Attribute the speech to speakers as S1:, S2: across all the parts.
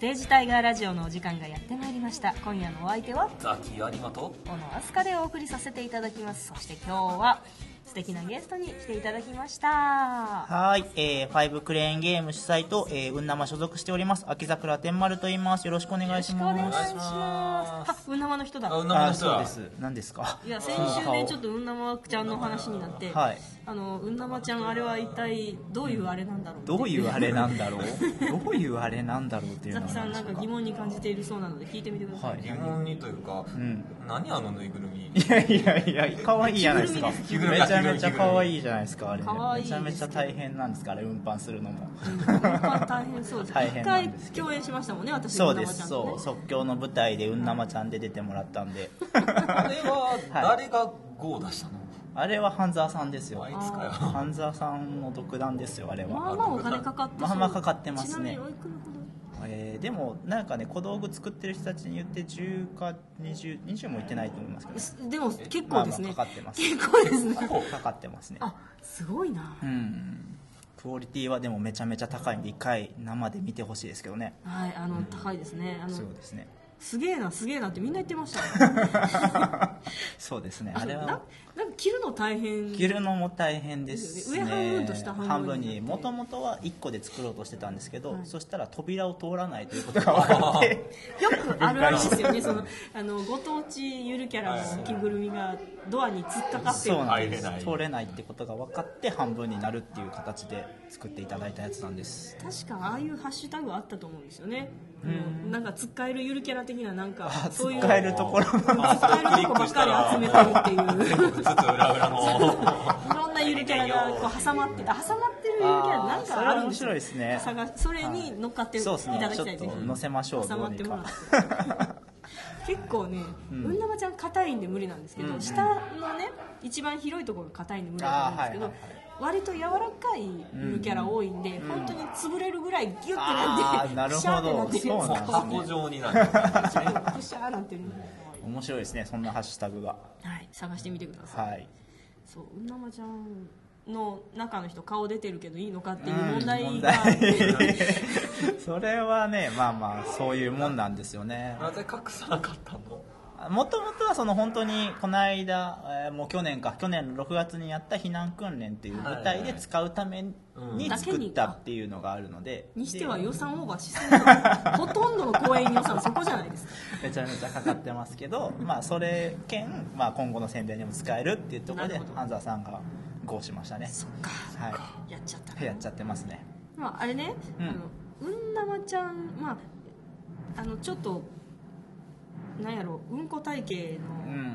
S1: 定時タイガーラジオのお時間がやってまいりました今夜のお相手は
S2: ザキアニマと
S1: 小野飛鳥でお送りさせていただきますそして今日は素敵なゲストに来ていただきました
S3: はい、えー、ファイブクレーンゲーム主催と、えー、雲南所属しております、秋桜天丸と言います。よろしくお願いし
S1: よろしくお
S3: ま
S1: 願い
S3: す。
S1: しますあ運生の人だ
S2: あうん
S3: あ
S2: な
S3: ー、
S2: の人
S3: そう
S2: だ
S3: です。何ですか
S1: いや先週ねちょっ
S3: と。
S1: とうんなまちゃんの話になって、
S3: はい
S1: あのうんなまちゃんあれは一体どういうあれなんだろうって
S3: どういうあれなんだろうどういうあれなんだろうっていう
S1: ザ
S3: の
S1: キ
S3: は
S1: さん
S3: 何
S1: なんか
S3: でしょうか
S1: 疑問に感じているそうなので聞いてみてください、
S3: はい
S2: 疑問にというか、
S3: ん
S2: 何あのぬいぐるみ
S3: いやいやいや、可愛いじゃないですか。
S2: 着ぐるみです
S3: めちゃめちゃ可愛いじゃないですか、あれね。
S1: 可愛い
S3: めちゃめちゃ大変なんですか、あれ、運搬するのも。
S1: 大変そうです。
S3: 大
S1: 一
S3: 変な
S1: 回
S3: んですけど
S1: 共演しましたもんね、私
S3: そう
S1: と
S3: で
S1: 生ち
S3: す、
S1: ゃんとね
S3: そう。即興の舞台で、うんなまちゃんで出てもらったんで。
S2: あれは誰がゴー出したの、
S3: あれは半沢さんですよ。
S2: あいつかよ
S3: 半沢さんの独断ですよ、あれは。
S1: まあまあお金かかってそう。
S3: まあまあかかってますね
S1: ちなみにおいくらほど。
S3: えーでもなんかね小道具作ってる人たちに言って10か2020も言ってないと思いますけど
S1: すでも結構ですね。
S3: まあまあかかってます
S1: 結構ですね。
S3: かかってますね
S1: あ、すごいな
S3: う。んクオリティはでもめちゃめちゃ高いんで一回生で見てほしいですけどね
S1: はい、あの高いですね。あの
S3: そうですね
S1: すげえなすげえなってみんな言ってました。
S3: そうですね
S1: あ
S3: あれ
S1: れ
S3: は
S1: はなんか着るの大変。
S3: 着るのも大変ですね
S1: 上半分と下半
S3: 半
S1: 分
S3: 分
S1: になって
S3: にもともとは1個で作ろうとしてたんですけど、そしたら扉を通らないということが分かって
S1: よくあるあるです よね。そのあのご当地ゆるキャラの着ぐるみがドアに突っかかってる
S3: そうなんで
S2: 入れ
S3: す
S2: ない
S3: 通れないってことが分かって半分になるっていう形で作っていただいたやつなんです
S1: 確かああいうハッシュタグあったと思うんですよね、うん、なんかつっかえるゆるキャラ的ななんかそういう
S3: 使えるところ
S1: つっかえるとこばっかり集めてる っていう
S2: つつ裏裏の
S1: いろんなゆるキャラがこう挟まってて挟まってるゆるキャラなんかあるんですよ
S3: あーそれ面白いですね
S1: 探それに乗っかっていた
S3: そう
S1: だ
S3: で
S1: き
S3: す
S1: たい
S3: ね
S1: で
S3: ち
S1: す
S3: ょっ
S1: ね
S3: と乗せましょう
S1: 挟
S3: ど
S1: ま
S3: う
S1: っ
S3: に
S1: てもらっ
S3: か
S1: て 結構ね、うんなまちゃん硬いんで無理なんですけど、下のね一番広いところが硬いんで無理なんですけど、
S3: あーはいは
S1: 割と柔らかいゆるキャラ多いんで、本当に潰れるぐらいギュッてな
S3: あ
S1: って
S3: ーなるほど
S1: シャーってなって
S3: そうなんですね
S2: 箱状にな
S1: プ
S2: る
S1: シャーなんてるの
S3: 面白いですねそんなハッシュタグが
S1: はい探してみてください、
S3: はい
S1: そううんなまちゃんの中の人顔出てるけどいいのかっていう
S3: うん
S1: 問題が、
S3: 問題それはねまあまあそういうもんなんですよね
S2: なぜ隠さなかったの
S3: もともとはその本当にこの間、えーもう去年か去年の6月にやった避難訓練という舞台で使うために作ったっていうのがあるので
S1: にして
S3: で
S1: は予算オーバーしそうなほとんどの公演予算そこじゃないですか
S3: めちゃめちゃかかってます けど、まあ、それ兼、まあ、今後の宣伝にも使えるっていうところ
S1: な
S3: で
S1: るほど
S3: 半沢さんが合しましたね
S1: そっか
S3: は
S1: やっちゃった
S3: いやっちゃってますね
S1: まあ、あれね、
S3: うん
S1: あのうんだまちゃん、まあ、あのちょっとなんやろうんこ体型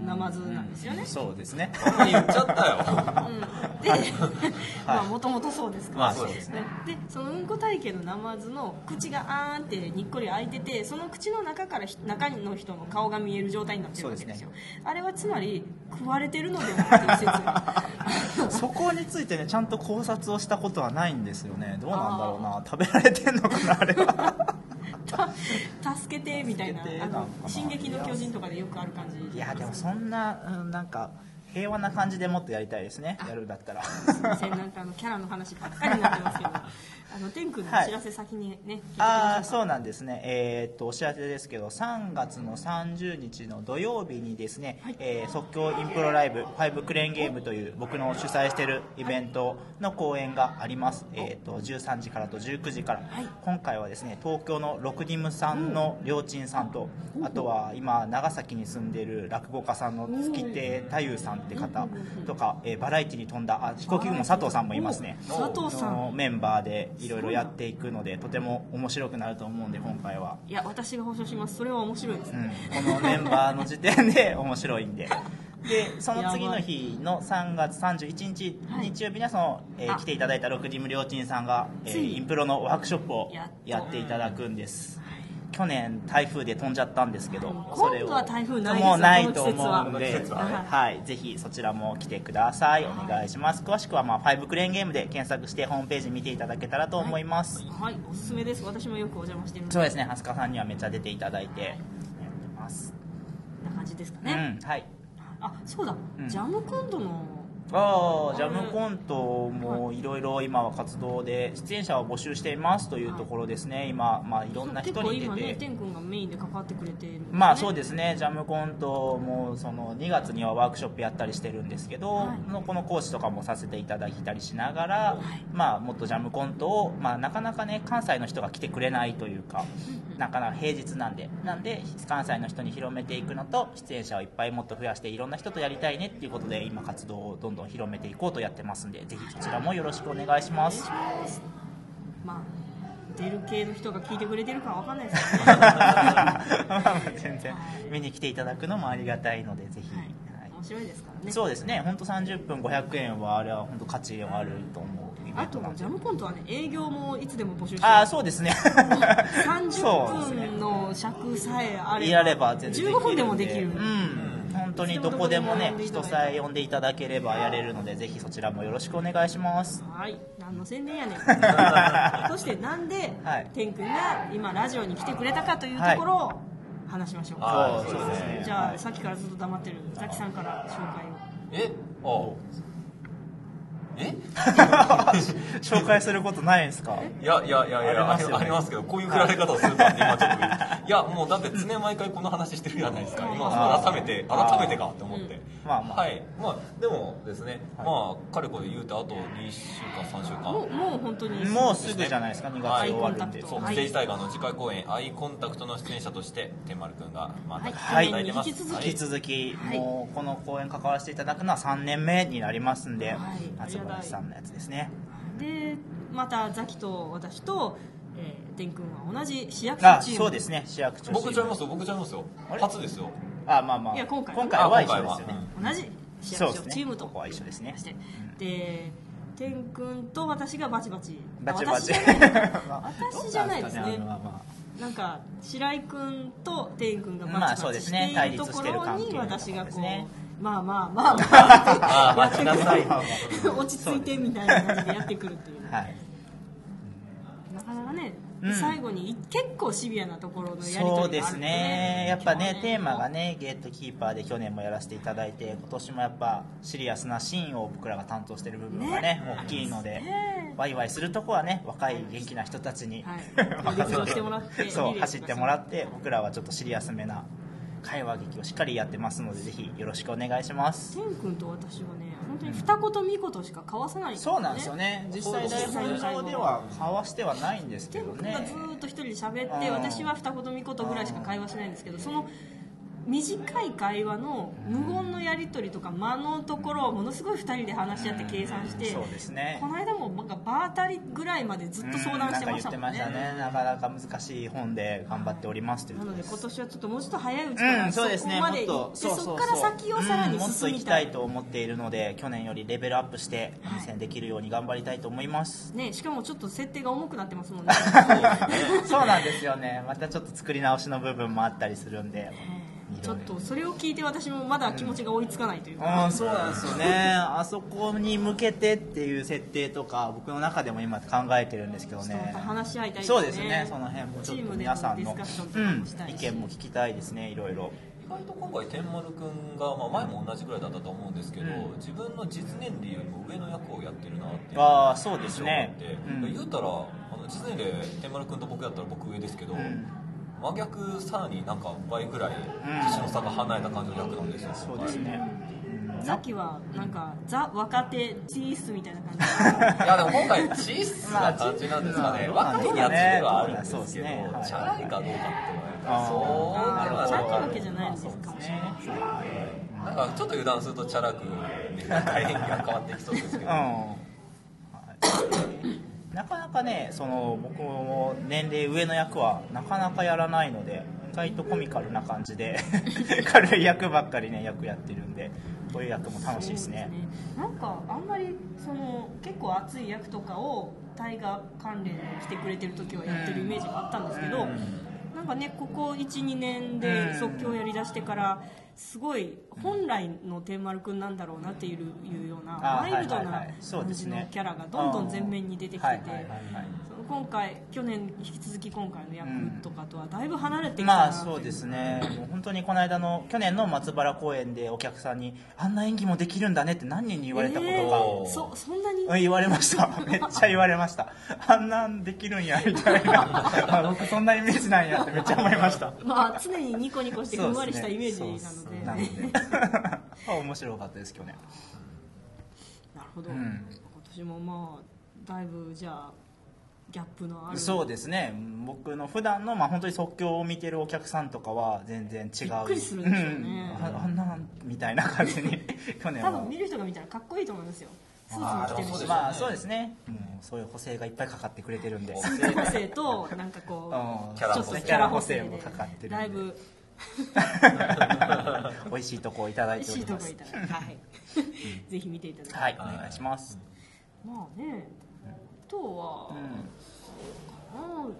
S1: のナマズなんですよね、
S3: う
S1: うん
S3: んそうですね
S2: 言っちゃったよ
S1: で、 まあもともとそうですから、
S3: まあそうですね
S1: ねでそのうんこ体型のナマズの口があーんってにっこり開いててその口の中からひ中の人の顔が見える状態になってるわけですよ
S3: そう
S1: あれはつまり食われてるのではっていう説が
S3: そこについてねちゃんと考察をしたことはないんですよねどうなんだろうな食べられてんのかなあれは
S1: た 助けてみたいな
S3: 助けて
S1: あ
S3: なん
S1: の
S3: かまあ
S1: 進撃の巨人とかでよくある感じ
S3: いやでもそんな、うん、なんか平和な感じでもっとやりたいですねやるんだったら
S1: せんなんかあのキャラの話ばっかりになってます けど、あの天君のお知らせ先にね、
S3: ああそう
S1: う
S3: なんですねえーっとお知らせですけど3月の30日の土曜日にですね、えー即興インプロライブ「ファイブクレーンゲーム」という僕の主催しているイベントの公演があります、えーっと13時からと19時から、
S1: はい
S3: 今回はですね東京のロクディムさんの両親さんと、あとは今長崎に住んでいる落語家さんの月亭太夫さんって方とか、えーバラエティに富んだあ飛行機雲佐藤さんもいますね
S1: お佐藤さん
S3: のメンバーでいろいろやっていくのでとても面白くなると思うんで今回は、
S1: いや私が保証します。それは面白いです
S3: う
S1: ね。
S3: ん、このメンバーの時点で面白 いんで。でその次の日の3月31日、
S1: はい
S3: 日曜日にはその、えー
S1: あ
S3: 来ていただいた六時無料賃さんが、えー
S1: ついに
S3: インプロのワークショップを
S1: やっと
S3: やっていただくんです、去年台風で飛んじゃったんですけど
S1: 今度
S3: それを
S1: は台風ないですよ
S3: もうないと思う
S1: こ
S3: ん
S1: の
S2: 季
S3: で
S2: 節は
S3: はいはい、ぜひそちらも来てくださいお願いします詳しくは、まあ「ファイブクレーンゲーム」で検索してホームページ見ていただけたらと思います、
S1: はい、おすすめです。私もよくお邪魔してるんで
S3: そうですね、はすかさんにはめっちゃ出ていただいてやってます。
S1: こんな感じですか
S3: う
S1: ね。
S3: ん、はい。
S1: あ、そうだ、
S3: うん
S1: ジャムクンドの
S3: ああジャムコントもいろいろ今は活動で出演者を募集していますというところですね今、まあ、いろんな人
S1: 結構
S3: に
S1: 今
S3: 出
S1: ね
S3: て、
S1: 天君がメインで関わってくれてるんね、
S3: まあそうですねジャムコントもその2月にはワークショップやったりしてるんですけど、
S1: はい
S3: のこの講師とかもさせていただいたりしながら、まあ、もっとジャムコントを、まあ、なかなかね関西の人が来てくれないというかなかなか平日なんでなんで関西の人に広めていくのと出演者をいっぱいもっと増やしていろんな人とやりたいねっていうことで今活動をどんどん広めていこうとやってますんでぜひこちらもよろしくお願いしま
S1: お願い
S3: す
S1: し。ますまあ出る系の人が聞いてくれてるかわかんないですけ ど、ね
S3: まあまあ全然見に来ていただくのもありがたいのでぜひ、
S1: は、
S3: はいい
S1: 面白いですからね
S3: そうですね本当30分500円はあれは本当価値があると思うイベ
S1: あ
S3: ント
S1: と
S3: なんで
S1: ジャムコントはね営業もいつでも募集して
S3: ああ
S1: ます
S3: そうですねそうです
S1: 30
S3: ね
S1: 分の尺さえあれば
S3: やれば全然
S1: 15分でもできる
S3: うん、本当にどこでもね人さえ呼んでいただければやれるのでぜひそちらもよろしくお願いします
S1: はい何の宣伝 やねんそしてなんで、
S3: はい
S1: 天君が今ラジオに来てくれたかというところを話しましょう、
S2: はい
S3: そうそうですね
S1: じゃあ、
S3: はい
S1: さっきからずっと黙ってるザキさんから紹介を
S2: えあ え
S3: 紹介することないんですか
S2: いやいやいやいやあり
S3: あ
S2: ま
S3: ります
S2: す,、
S3: よね
S2: ありますけどこういう振られ方をするとは今ちょっとびっくりいやもうだって常に毎回この話してるじゃないですか
S3: あ
S2: 今
S3: ー
S2: 改めて
S3: あー
S2: 改めてかって思って
S3: うんまあまあ
S2: はいまあでもですね、
S3: はい
S2: まあかれこれ言うてあと2週間3週間
S1: もうもう本当に
S3: もうすぐじゃないですか2月
S2: はい
S3: 終わるんで
S1: アイコンタクト
S2: そう、
S1: はい
S2: ステージタイガーの次回公演、アイコンタクトの出演者として、天丸くんが、また来
S1: は
S2: て
S1: い
S2: いただいてます。
S1: 引き続
S3: 引き続き、
S1: はい
S3: もうこの公演関わらせていただくのは3年目になりますん
S1: は
S3: で、
S1: い
S3: 松林さんのやつですね
S1: でまたザキと私と、えー、天君は同じ市役所
S3: あ
S1: チーム
S3: そうですね市役所チーム
S2: 僕ちゃいますよ、僕ちゃいますよ
S3: あ。れ
S2: 初ですよ。
S3: あまあまあ
S1: いや今回
S3: は一緒ですよね
S2: あ今回
S1: 同
S2: は
S1: じ市
S3: そう
S1: 役所
S3: ですね
S1: チームと
S3: ここは一緒ですね
S1: して
S3: うん
S1: で天君と私がバチバチ
S3: バチバ
S1: あ
S3: チ
S1: 私 じゃない
S3: まあ
S1: 私じゃないですね
S3: どうなんかあのまあまあ
S1: なんか白井君と天君が
S3: ま
S1: バ
S3: あ
S1: チ
S3: そう
S1: バ
S3: で
S1: チ
S3: す
S1: して
S3: ね
S1: いるとこ
S3: 対立してる
S1: ろ
S3: 関係
S1: に
S3: みたいな
S1: 私がこ
S3: ところですね
S1: うまあまあまあ ま
S2: ああ、待ち
S1: あ
S2: なさい。
S3: は
S1: 落ち着いてみたいな感じでやってくるっていう
S3: い
S1: なかなかね
S3: うん
S1: 最後に結構シビアなところのやり
S3: そう
S1: 取り
S3: で
S1: があ
S3: す
S1: るん
S3: ねやっぱねテーマがねゲートキーパーで去年もやらせていただいて今年もやっぱシリアスなシーンを僕らが担当してる部分がね
S2: ね
S3: 大きいので
S1: ね
S3: ワイワイするとこはね若い元気な人たちに、
S1: はい
S3: 任せ
S1: リードしてもらって
S3: そう
S1: リレーとか
S3: 走ってもらって僕らはちょっとシリアスめな会話劇をしっかりやってますのでぜひよろしくお願いします
S1: 天君と私はね本当に二言三言しか交わさない
S3: そうなんですよね実際台本上では交わしてはないんですけ
S1: 天
S3: ど
S1: 君
S3: ね
S1: がずーっと一人で喋って、
S3: うん
S1: 私は二言三言ぐらいしか会話しないんですけどその短い会話の無言のやり取りとか間のところをものすごい二人で話し合って計算して、
S3: そうですね
S1: この間もなんかバータリぐらいまでずっと相談してましたもんね。
S3: うんなんか言ってましたねなかなか難しい本で頑張っておりますという
S1: な
S3: とこ
S1: の
S3: ろ
S1: で
S3: です
S1: 今年はちょっともうちょっと早いうちか
S3: うん、
S1: ら
S3: そ
S1: そう
S3: です
S1: こ
S3: ね。も
S1: ま
S3: っ
S1: で行
S3: と
S1: っ、て
S3: そうそうそ
S1: そこ
S3: う。
S1: から先をさらに
S3: うんもっと
S1: 進
S3: 行
S1: み
S3: き
S1: た
S3: た
S1: い,、
S3: いと思っているので、去年よりレベルアップして、
S1: はい
S3: 実践できるように頑張りたいと思 います。
S1: ねしかもちょっと設定が重くなってます もんね。
S3: そうなんですよね。またちょっと作り直しの部分もあったりするんで。
S1: ちょっとそれを聞いて私もまだ気持ちが追いつかないというか、
S3: うん、そうなんですよね。あそこに向けてっていう設定とか、僕の中でも今考えてるんですけど
S1: ちょっとま
S3: ね
S1: た。話し合いたいですね。
S3: そうですね。その辺もちょっ
S1: チー
S3: と
S1: ムで
S3: 皆
S1: の
S3: さん
S1: ディ
S3: の
S1: スカッションと
S3: う
S1: か
S3: ん
S1: もしたい
S3: 意
S1: し、
S3: 見も聞きたいですね。いろいろ。
S2: 意外と今回、天丸くんが、まあ、前も同じぐらいだったと思うんですけど、自分の実年齢よりも上の役をやってるなっていう。
S3: ああ、そうですね。
S2: 印象があって言うたら、あの実年齢、天丸くんと僕やったら僕上ですけど、
S3: ん
S2: 真逆さらになんか倍ぐらい、年の差が離れた感じの役なんですよ。
S3: そうですね。うん
S1: ザキはなんかザ若手チースみたいな感じ。
S2: いやでも今回チッスな感じなんですかね、
S3: まあ
S2: 若いやつではあるん
S3: そ
S2: で
S3: うです
S2: す
S3: ね
S2: けど、
S3: はい
S2: チャラいかどうかっていうの
S3: あー
S2: はやっぱそうで
S1: チャラ
S2: は
S1: い
S2: な
S1: わ
S2: い
S1: けじゃないんですか
S2: そう
S1: もしれない
S3: ね。
S2: なんかちょっと油断するとチャラくねなんか演技が変わってきそうですけ
S3: うん
S2: ど、
S3: はいなかなかねその僕も年齢上の役はなかなかやらないので意外とコミカルな感じで 軽い役ばっかりね役やってるんでこういう役も楽しいですね
S1: そうですねなんかあんまりその結構熱い役とかをタイガー関連で来てくれてる時はやってるイメージがあったんですけど、
S3: うん
S1: なんかねここ12年
S3: う
S1: で
S3: ん
S1: 即興やりだしてからすごい本来の天丸くんなんだろうなっていういうような
S3: あ
S1: ワ
S3: ー
S1: イルド
S3: はいは
S1: ない
S3: はいそう
S1: 感
S3: で
S1: じ
S3: す
S1: の
S3: ね
S1: キャラがどんどん前面に出てきて
S3: はい
S1: て
S3: はいはいはい
S1: その今回去年引き続き今回の役とかとはだいぶ離れてきた
S3: まあ
S1: な
S3: そうですね、もう本当にこの間の去年の松原公演でお客さんに、あんな演技もできるんだねって何人に言われたこ
S1: え
S3: と
S1: ーそそんなに
S3: が、うん言われました、 めっちゃ言われました、あんなんできるんやみたいな、 あ僕、そんなイメージなんやって、めっちゃ思いました。
S1: まあ常にニコニコしてふんわりしたイメージ
S3: そ
S1: な
S3: うです
S1: の
S3: ね
S1: で
S3: なのでまあ面白かったです、 去年。
S1: なるほど、
S3: うん
S1: 今年もまあだいぶじゃあギャップのある
S3: そうですね僕の普段のまあ本当に即興を見てるお客さんとかは全然違
S1: び
S3: う
S1: っくりするんでしょうね
S3: うんああんなみたいな感じに 去年
S1: 多
S3: は
S1: 分見る人が見たらかっこいいと思いますよスー
S3: あ
S1: ツも着
S3: ー
S1: てるし
S2: そうですね
S3: まあそうですね、もうそういう補正がいっぱいかかってくれてるんで
S2: 補正
S1: スーツ補正となんかこ
S3: うん
S1: う
S2: キャラ
S1: ちょ
S2: 補
S1: っと
S2: 正
S1: キャラ補正
S3: キャラ補正も
S1: で
S3: かかってるんで
S1: だいぶ
S3: 美味しいとこをいただいてお
S1: シー
S3: り
S1: ト
S3: ま
S1: が
S3: す
S1: いたらはいぜひ見ていただき
S3: はいお願いします、
S1: まあねあとは
S3: う、ん
S1: うん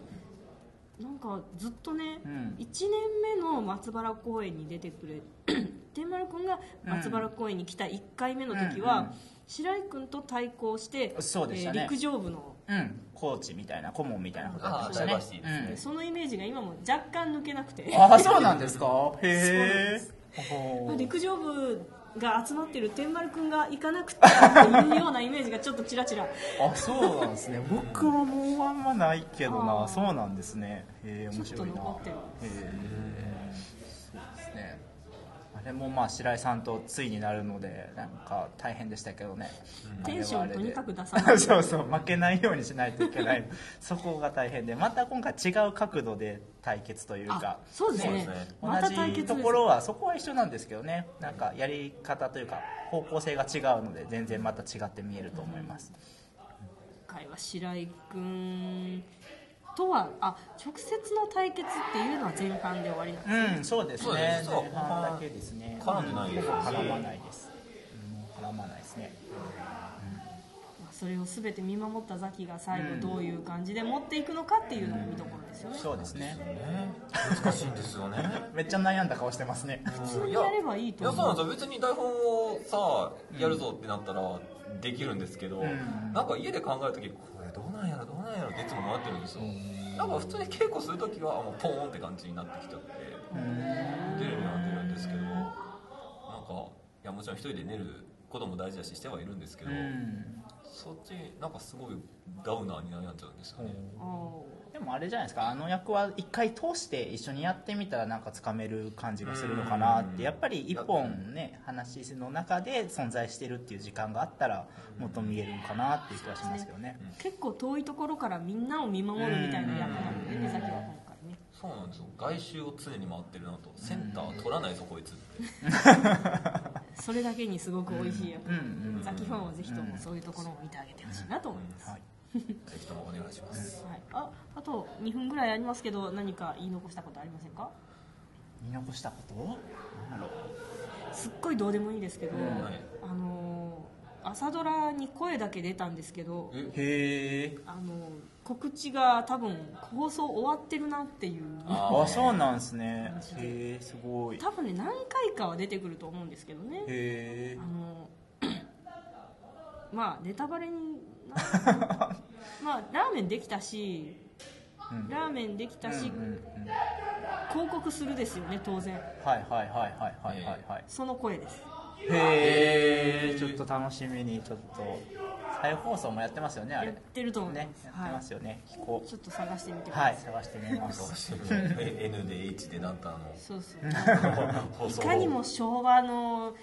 S1: なんかずっとね、
S3: うん
S1: 1年目の松原公演に出てくれ 天丸君が松原公演に来た1回目の時は、
S3: うんうん
S1: 白井君と対抗して、
S3: そうでしたね
S1: えー陸上部の、
S3: うん、コーチみたいな顧問みたいなこと
S2: ああダイバーシティですね、
S3: うん
S1: そのイメージが今も若干抜けなくて
S3: ああそうなんですかへえ
S1: まあ陸上部が集まってる天丸君が行かなくてっていうようなイメージがちょっとちらちら
S3: あそうなんですね僕はもうあんまないけど
S1: あー
S3: なそうなんですねへえ
S1: ちょ
S3: 面
S1: っ
S3: 白
S1: と
S3: いな
S1: 残ってる
S3: へえそうですねあれもまあ白井さんとついになるのでなんか大変でしたけどね、あれ
S1: テ
S3: は
S1: ンショ
S3: あ
S1: ン
S3: れ
S1: と
S3: で
S1: にかく出さない
S3: そうそう負けないようにしないといけないそこが大変でまた今回違う角度で対決という
S1: あ
S3: か
S1: そうですね
S2: そうですね
S3: 同
S1: また対決
S3: じ
S1: です
S3: ところはそこは一緒なんですけどねなんかやり方というか方向性が違うので全然また違って見えると思います、
S1: 今回は白井君とはあ直接の対決っていうのは前半で終わりなんです
S3: うん、そうです
S2: そう
S3: ね
S2: で。す
S3: 前半だけですね。
S2: 絡んでないですね
S3: 絡まないです。うん絡まないですね。
S1: まあそれを全て見守ったザキが最後どういう感じで持っていくのかっていうのも見どころですよね、
S3: そうですね。
S2: ね難しいんですよね
S3: めっちゃ悩んだ顔してますね。
S1: 普通にやればいいと思う
S2: いやそうなんですよ別に台本をさやるぞってなったらできるんですけど、
S3: ん
S2: なんか家で考える時これどうなんやろどうなんやろっていつも迷ってるんですよ、なんか普通に稽古する時はもうポーンって感じになってきちゃって出るには出るんですけどなんかいやもちろん一人で寝ることも大事だししてはいるんですけど、
S3: うん。
S2: そっちなんかすごいダウナーに悩んじゃうんですよね、
S3: でもあれじゃないですか。あの役は一回通して一緒にやってみたらなんかつかめる感じがするのかなっ
S2: うん
S3: て。やっぱり一本ね話の中で存在してるっていう時間があったらもっと見えるのかなっていう気がしますけどね。
S1: あー結構遠いところからみんなを見守るみたいな役なのでねザキは今回ね
S2: そうなんですよ外周を常に回ってるなとセンター取らないぞこいつって
S1: それだけにすごく美味しい役、
S3: うんうん。
S1: ザキファンはぜひともそういうところを見てあげてほしいなと思います、
S3: はい。
S2: ぜひともお願いします
S1: はい、ああと2分ぐらいありますけど何か言い残したことありませんか
S3: 見残したこと？なんだろ
S1: すっごいどうでもいいですけど、
S2: はい
S1: あのー朝ドラに声だけ出たんですけど
S2: え
S3: う。へえ。
S1: あのー告知が多分放送終わってるなっていう
S2: あー
S3: あそうなんですねへえすごいへ
S1: 多分ね何回かは出てくると思うんですけどね
S3: え
S1: あのまあネタバレにな まあラーメンできたし、
S3: うん
S1: ラーメンできたし、
S3: うんうん
S1: 広告するですよね当然
S3: はいはいはいはいはいはいはい
S1: その声です
S3: へえちょっと楽しみにちょっと再放送もやってますよね
S1: や
S3: あれ
S1: っ
S3: ね
S1: てると思い
S3: やっ
S1: ます、
S3: て
S1: はい
S3: ますよね飛行
S1: ちょっと探してみてくださ、
S3: はいい探してみ
S2: ど
S3: ま
S2: う
S3: す
S2: しても N で H でなんか
S1: そうそう
S2: あの放
S1: い
S2: 送
S1: かにも昭和の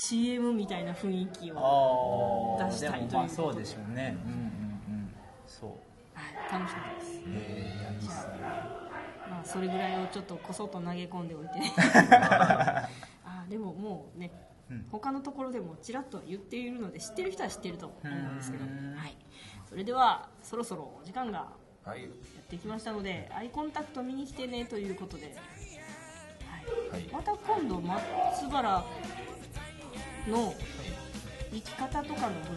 S1: CM みたいな雰囲気を、は
S3: ああ
S1: 出し
S3: で
S1: たいという
S3: もまあそうでしょうねうんうんうんそう
S1: い、楽しかったです、
S3: へえいいですね
S1: まあ、それぐらいをちょっとこそっと投げ込んでおいて あーでももうね、
S3: うん
S1: 他のところでもちらっと言っているので知ってる人は知ってると思うんですけど、
S3: うん
S1: はい、それではそろそろお時間がや
S2: はい
S1: ってきましたのでアイコンタクト見に来てねということで、はい
S2: はい
S1: また今度松原の生き方とかのブロ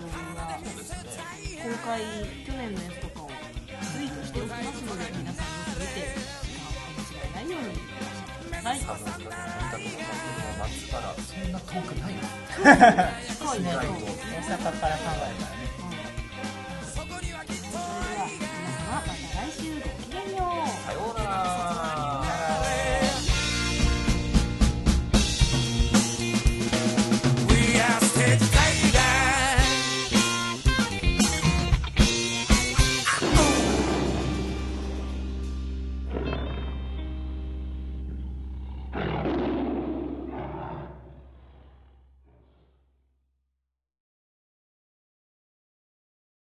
S1: グが
S2: そうですね
S1: 公開去年のやつとかをツイートしておきますので皆さんよく見てお間違いないようにしてください。はい
S2: あの去年の2月の夏からそんな遠くないよ
S1: すごい
S2: 意
S1: ね
S2: 外と
S3: 大阪から考えたらね